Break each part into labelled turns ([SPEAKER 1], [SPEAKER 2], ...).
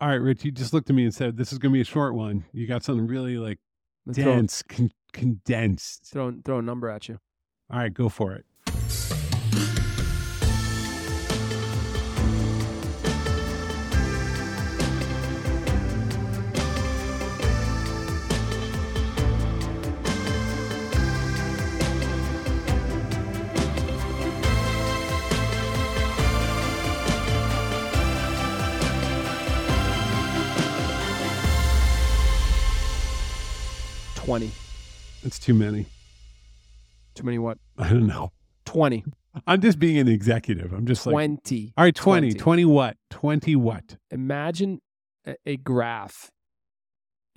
[SPEAKER 1] all right, Rich, you just looked at me and said, this is going to be a short one. You got something really like
[SPEAKER 2] Let's throw,
[SPEAKER 1] dense, con- condensed.
[SPEAKER 2] throw throw a number at you.
[SPEAKER 1] All right, go for it.
[SPEAKER 2] Twenty.
[SPEAKER 1] It's too many.
[SPEAKER 2] Too many what?
[SPEAKER 1] I don't know.
[SPEAKER 2] Twenty.
[SPEAKER 1] I'm just being an executive. I'm just like,
[SPEAKER 2] Twenty.
[SPEAKER 1] all right, 20, 20,
[SPEAKER 2] 20.
[SPEAKER 1] what? 20 what?
[SPEAKER 2] Imagine a, a graph,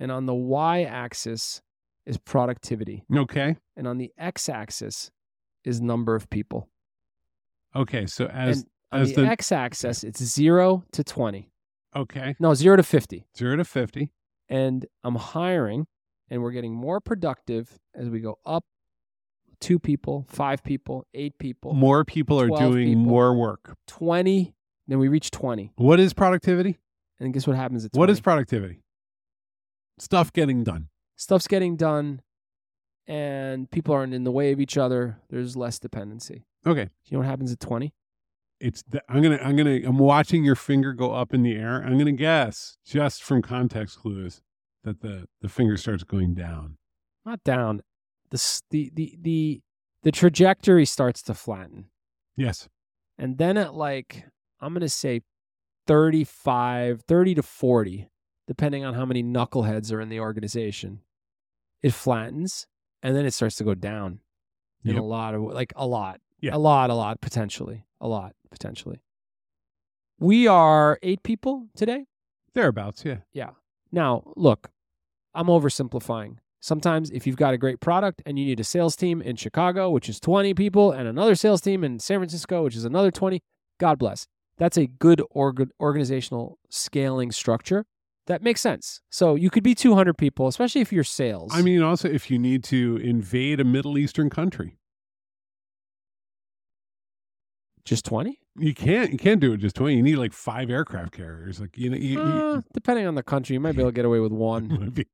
[SPEAKER 2] and on the y-axis is productivity,
[SPEAKER 1] Okay.
[SPEAKER 2] and on the x-axis is number of people.
[SPEAKER 1] Okay. So as,
[SPEAKER 2] and on
[SPEAKER 1] as
[SPEAKER 2] the,
[SPEAKER 1] the-
[SPEAKER 2] x-axis, it's zero to twenty.
[SPEAKER 1] okay,
[SPEAKER 2] No, zero to fifty.
[SPEAKER 1] zero to 50.
[SPEAKER 2] and I'm hiring and we're getting more productive as we go up two people, five people, eight people,
[SPEAKER 1] More people are
[SPEAKER 2] 12
[SPEAKER 1] doing
[SPEAKER 2] people.
[SPEAKER 1] more work.
[SPEAKER 2] 20, then we reach 20.
[SPEAKER 1] What is productivity?
[SPEAKER 2] And guess what happens at 20?
[SPEAKER 1] What is productivity? Stuff getting done.
[SPEAKER 2] stuff's getting done and people aren't in the way of each other. There's less dependency.
[SPEAKER 1] Okay.
[SPEAKER 2] You know what happens at 20?
[SPEAKER 1] It's the, I'm gonna I'm gonna I'm watching your finger go up in the air. I'm gonna guess just from context clues that the the finger starts going down.
[SPEAKER 2] Not down. The s- the the the, the trajectory starts to flatten.
[SPEAKER 1] Yes.
[SPEAKER 2] And then at like, I'm going to say 35, 30 to 40, depending on how many knuckleheads are in the organization, it flattens and then it starts to go down in
[SPEAKER 1] Yep.
[SPEAKER 2] a lot of, like a lot,
[SPEAKER 1] Yeah.
[SPEAKER 2] a lot, a lot, potentially, a lot, potentially. We are eight people today.
[SPEAKER 1] Thereabouts. Yeah.
[SPEAKER 2] Now, look, I'm oversimplifying. Sometimes, if you've got a great product and you need a sales team in Chicago, which is 20 people, and another sales team in San Francisco, which is another 20, God bless. That's a good org- organizational scaling structure that makes sense. So you could be 200 people, especially if you're sales.
[SPEAKER 1] I mean, also if you need to invade a Middle Eastern country,
[SPEAKER 2] just 20?
[SPEAKER 1] you can't you can't do it just twenty. You need like five aircraft carriers. Like you know, you,
[SPEAKER 2] Uh, depending on the country, you might be able to get away with
[SPEAKER 1] you,
[SPEAKER 2] one.
[SPEAKER 1] might be-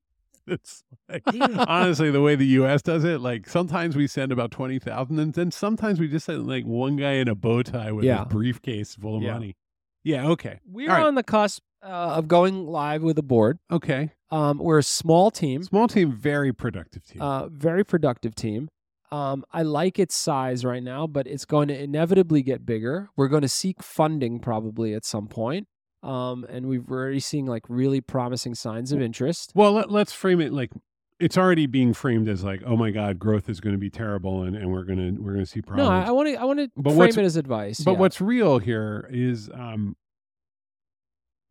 [SPEAKER 1] it's like, honestly the way the U.S. does it. Like sometimes we send about twenty thousand, and then sometimes we just send like one guy in a bow tie with
[SPEAKER 2] Yeah.
[SPEAKER 1] a briefcase full of
[SPEAKER 2] Yeah.
[SPEAKER 1] money. Yeah. Okay.
[SPEAKER 2] We're
[SPEAKER 1] All right.
[SPEAKER 2] on the cusp uh, of going live with a board.
[SPEAKER 1] Okay.
[SPEAKER 2] Um, we're a small team.
[SPEAKER 1] Small team, very productive team.
[SPEAKER 2] Uh, very productive team. Um, I like its size right now, but it's going to inevitably get bigger. We're going to seek funding probably at some point. Um, and we've already seen like really promising signs of interest.
[SPEAKER 1] well, let, let's frame it like it's already being framed as like, oh my God, growth is going to be terrible, and, and we're gonna we're gonna see
[SPEAKER 2] No,
[SPEAKER 1] problems.
[SPEAKER 2] I want to I want to
[SPEAKER 1] But
[SPEAKER 2] frame
[SPEAKER 1] what's-
[SPEAKER 2] it as advice.
[SPEAKER 1] but
[SPEAKER 2] yeah.
[SPEAKER 1] what's real here is um,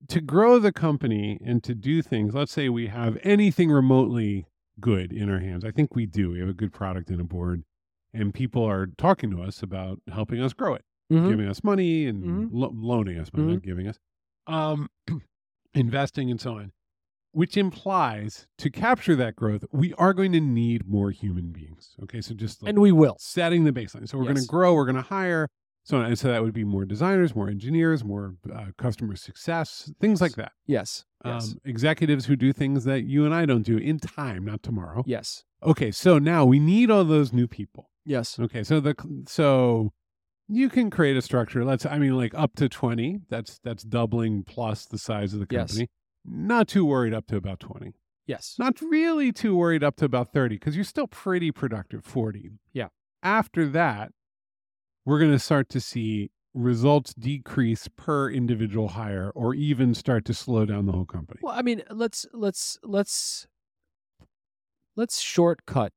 [SPEAKER 1] to grow the company and to do things. Let's say we have anything remotely good in our hands. I think we do. We have a good product and a board, and people are talking to us about helping us grow it.
[SPEAKER 2] Mhm.
[SPEAKER 1] giving us money and
[SPEAKER 2] Mhm.
[SPEAKER 1] lo- loaning us, but
[SPEAKER 2] Mm-hmm.
[SPEAKER 1] not giving us, um, investing and so on, which implies to capture that growth, we are going to need more human beings. Okay, so just like
[SPEAKER 2] and we will.
[SPEAKER 1] setting the baseline. So we're going
[SPEAKER 2] Yes.
[SPEAKER 1] to grow, we're going to hire, so on. and so that would be more designers, more engineers, more uh, customer success, things like that.
[SPEAKER 2] Yes. Yes.
[SPEAKER 1] Um, executives who do things that you and I don't do in time, not tomorrow.
[SPEAKER 2] yes.
[SPEAKER 1] Okay, so now we need all those new people.
[SPEAKER 2] Yes.
[SPEAKER 1] Okay, so the so you can create a structure. Let's I mean like up to 20. That's that's doubling plus the size of the
[SPEAKER 2] Yes.
[SPEAKER 1] company. Not too worried up to about 20.
[SPEAKER 2] Yes.
[SPEAKER 1] Not really too worried up to about 30 cuz you're still pretty productive 40.
[SPEAKER 2] Yeah.
[SPEAKER 1] After that, we're going to start to see results decrease per individual hire or even start to slow down the whole company.
[SPEAKER 2] Well, I mean, let's let's let's let's shortcut.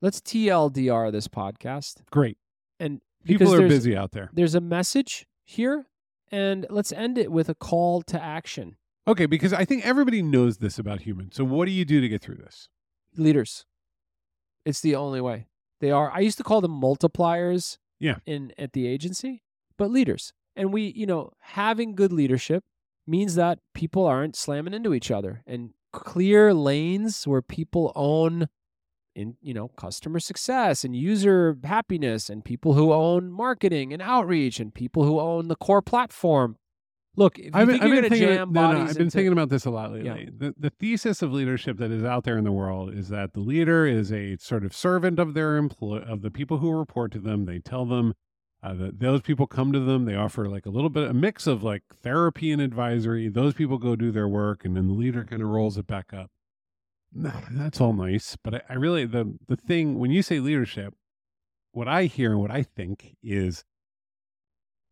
[SPEAKER 2] Let's TLDR this podcast.
[SPEAKER 1] Great.
[SPEAKER 2] And
[SPEAKER 1] People
[SPEAKER 2] because
[SPEAKER 1] are
[SPEAKER 2] there's-
[SPEAKER 1] busy out there.
[SPEAKER 2] there's a message here and let's end it with a call to action
[SPEAKER 1] Okay, because I think everybody knows this about humans. So what do you do to get through this?
[SPEAKER 2] leaders it's the only way they are i used to call them multipliers
[SPEAKER 1] Yeah.
[SPEAKER 2] in at the agency but leaders and we you know having good leadership means that people aren't slamming into each other and clear lanes where people own in you know customer success and user happiness and people who own marketing and outreach and people who own the core platform Look, if you
[SPEAKER 1] I've been,
[SPEAKER 2] think
[SPEAKER 1] I've been
[SPEAKER 2] you're going to
[SPEAKER 1] thinking,
[SPEAKER 2] jam
[SPEAKER 1] no, no,
[SPEAKER 2] bodies
[SPEAKER 1] I've been
[SPEAKER 2] into-
[SPEAKER 1] thinking about this a lot
[SPEAKER 2] Yeah.
[SPEAKER 1] lately. The, the thesis of leadership that is out there in the world is that the leader is a sort of servant of their employ of the people who report to them. They tell them uh, that those people come to them. They offer like a little bit a mix of like therapy and advisory. Those people go do their work, and then the leader kind of rolls it back up. That's all nice, but I, I really the the thing when you say leadership, what I hear and what I think is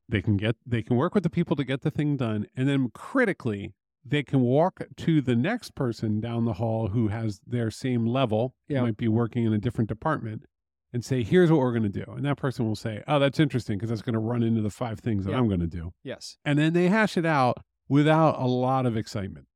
[SPEAKER 1] they can get they can work with the people to get the thing done and then critically they can walk to the next person down the hall who has their same level
[SPEAKER 2] Yeah.
[SPEAKER 1] might be working in a different department and say here's what we're going to do and that person will say oh that's interesting because that's going to run into the five things that
[SPEAKER 2] Yeah.
[SPEAKER 1] i'm going to do
[SPEAKER 2] Yes.
[SPEAKER 1] and then they hash it out without a lot of excitement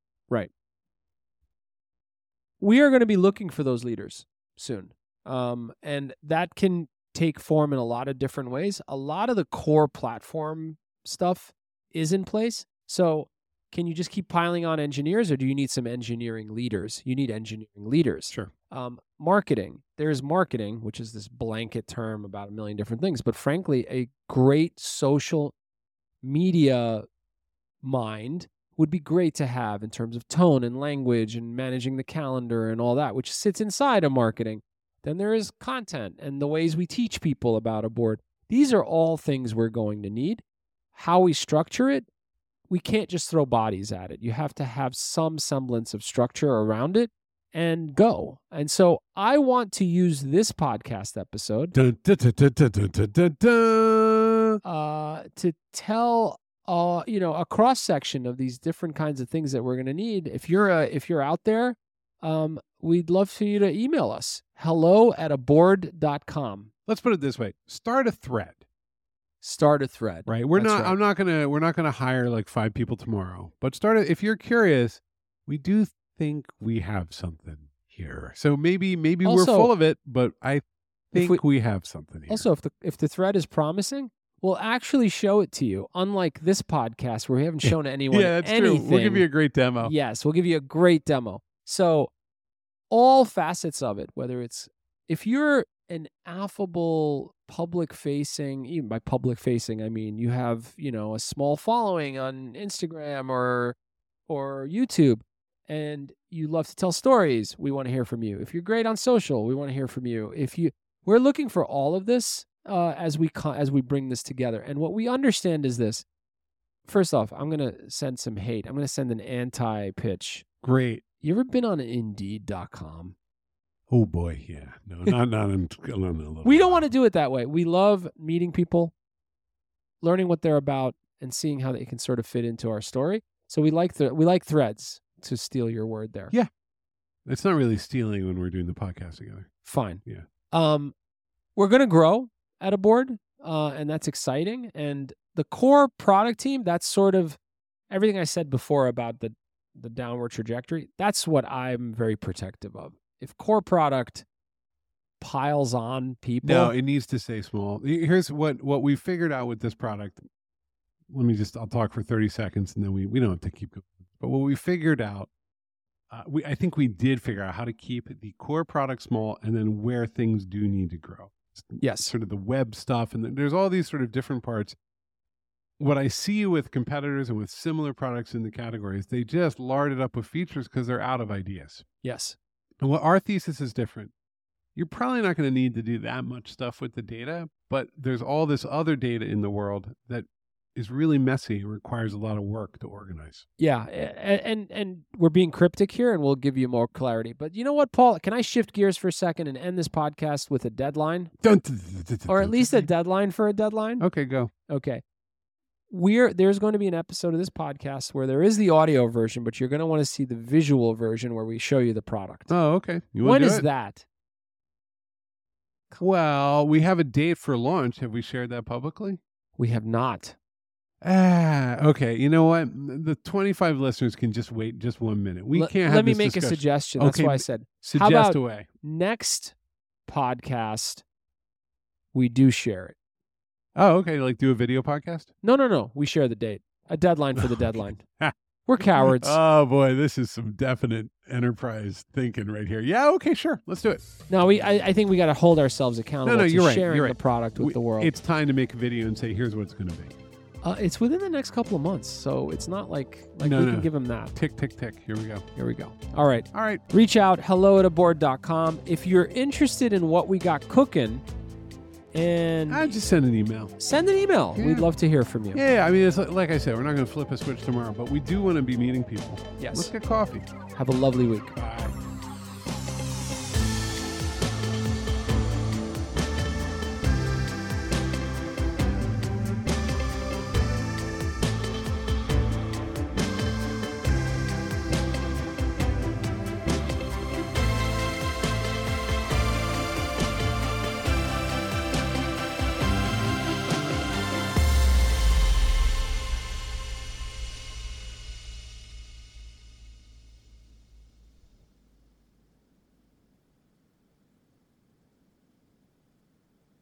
[SPEAKER 2] we are going to be looking for those leaders soon. Um, and that can take form in a lot of different ways. A lot of the core platform stuff is in place. So, can you just keep piling on engineers, or do you need some engineering leaders? You need engineering leaders.
[SPEAKER 1] Sure.
[SPEAKER 2] Um, marketing. There's marketing, which is this blanket term about a million different things. But frankly, a great social media mind would be great to have in terms of tone and language and managing the calendar and all that, which sits inside of marketing. Then there is content and the ways we teach people about a board. These are all things we're going to need. How we structure it, we can't just throw bodies at it. You have to have some semblance of structure around it and go. And so I want to use this podcast episode
[SPEAKER 1] dun, dun, dun, dun, dun, dun, dun, dun, dun.
[SPEAKER 2] uh, to tell uh, you know a cross section of these different kinds of things that we're going to need. If you're uh, if you're out there, um, we'd love for you to email us hello at aboard.com.
[SPEAKER 1] let's put it this way start a thread
[SPEAKER 2] Start a thread.
[SPEAKER 1] Right. We're
[SPEAKER 2] That's
[SPEAKER 1] not
[SPEAKER 2] right.
[SPEAKER 1] I'm not gonna we're not gonna hire like five people tomorrow. But start it- if you're curious, we do think we have something here. So maybe maybe we're
[SPEAKER 2] Also-
[SPEAKER 1] full of it, but I think we,
[SPEAKER 2] we-
[SPEAKER 1] have something here.
[SPEAKER 2] Also, if the if the thread is promising, we'll actually show it to you. Unlike this podcast where we haven't shown anyone
[SPEAKER 1] yeah, that's
[SPEAKER 2] anything.
[SPEAKER 1] true. We'll give you a great demo.
[SPEAKER 2] Yes, we'll give you a great demo. So, all facets of it, whether it's if you're an affable public facing, even by public facing, I mean you have, you know, a small following on Instagram or or YouTube and you love to tell stories, we want to hear from you. If you're great on social, we want to hear from you. If you we're looking for all of this uh, as we co- as we bring this together. And what we understand is this. First off, I'm going to send some hate. I'm going to send an anti pitch.
[SPEAKER 1] Great.
[SPEAKER 2] You ever been on indeed.com?
[SPEAKER 1] Oh boy, yeah. No, not not in, no, no, no,
[SPEAKER 2] We don't want to do it that way. We love meeting people, learning what they're about, and seeing how they can sort of fit into our story. So we like the we like threads to steal your word there.
[SPEAKER 1] Yeah. it's not really stealing when we're doing the podcast together.
[SPEAKER 2] Fine.
[SPEAKER 1] Yeah.
[SPEAKER 2] Um, we're gonna grow at a board, uh, and that's exciting. And the core product team, that's sort of everything I said before about the the downward trajectory. That's what I'm very protective of. If core product piles on people,
[SPEAKER 1] No, it needs to stay small. Here's what what we figured out with this product. Let me just I'll talk for 30 seconds and then we we don't have to keep going. But what we figured out uh, we I think we did figure out how to keep the core product small and then where things do need to grow.
[SPEAKER 2] yes,
[SPEAKER 1] Sort of the web stuff and there's all these sort of different parts. What I see with competitors and with similar products in the category is they just lard it up with features because they're out of ideas.
[SPEAKER 2] yes,
[SPEAKER 1] And what our thesis is different. You're probably not going to need to do that much stuff with the data, but there's all this other data in the world that is really messy and requires a lot of work to organize.
[SPEAKER 2] yeah. And, and and we're being cryptic here, and we'll give you more clarity. But you know what, Paul? Can I shift gears for a second and end this podcast with a deadline, or at least a deadline for a deadline?
[SPEAKER 1] Okay, go.
[SPEAKER 2] Okay. We're there's going to be an episode of this podcast where there is the audio version, but you're going to want to see the visual version where we show you the product.
[SPEAKER 1] Oh, okay. You wanna
[SPEAKER 2] when
[SPEAKER 1] do
[SPEAKER 2] is
[SPEAKER 1] it?
[SPEAKER 2] that?
[SPEAKER 1] Well, we have a date for launch. Have we shared that publicly?
[SPEAKER 2] We have not.
[SPEAKER 1] Ah, okay. You know what? The 25 listeners can just wait just one minute. We
[SPEAKER 2] Let-
[SPEAKER 1] can't have
[SPEAKER 2] Let me
[SPEAKER 1] this
[SPEAKER 2] make
[SPEAKER 1] discussion.
[SPEAKER 2] a suggestion. That's
[SPEAKER 1] Okay,
[SPEAKER 2] why I
[SPEAKER 1] m-
[SPEAKER 2] said
[SPEAKER 1] Suggest
[SPEAKER 2] about-
[SPEAKER 1] away.
[SPEAKER 2] next podcast we do share it.
[SPEAKER 1] Oh, okay. Like do a video podcast?
[SPEAKER 2] No, no, no. We share the date. A deadline for the
[SPEAKER 1] Okay.
[SPEAKER 2] deadline. We're cowards.
[SPEAKER 1] Oh boy, this is some definite enterprise thinking right here. Yeah, okay, sure. Let's do it.
[SPEAKER 2] no, we. I, I think we got to hold ourselves accountable
[SPEAKER 1] no,
[SPEAKER 2] to
[SPEAKER 1] you're right,
[SPEAKER 2] sharing
[SPEAKER 1] you're
[SPEAKER 2] the
[SPEAKER 1] right.
[SPEAKER 2] product with
[SPEAKER 1] We-
[SPEAKER 2] the world.
[SPEAKER 1] It's time to make a video and say here's what it's going to be.
[SPEAKER 2] Uh, it's within the next couple of months, so it's not like like
[SPEAKER 1] No,
[SPEAKER 2] we
[SPEAKER 1] no.
[SPEAKER 2] can give them that.
[SPEAKER 1] Tick, tick, tick. Here we go.
[SPEAKER 2] Here we go. All right.
[SPEAKER 1] All right.
[SPEAKER 2] reach out hello at aboard.com if you're interested in what we got cooking and
[SPEAKER 1] I just send an email.
[SPEAKER 2] send an email
[SPEAKER 1] Yeah.
[SPEAKER 2] we'd love to hear from you
[SPEAKER 1] Yeah, I mean, it's like, like I said, we're not going to flip a switch tomorrow, but we do want to be meeting people. Let's
[SPEAKER 2] yes
[SPEAKER 1] get coffee.
[SPEAKER 2] have a lovely week
[SPEAKER 1] Bye.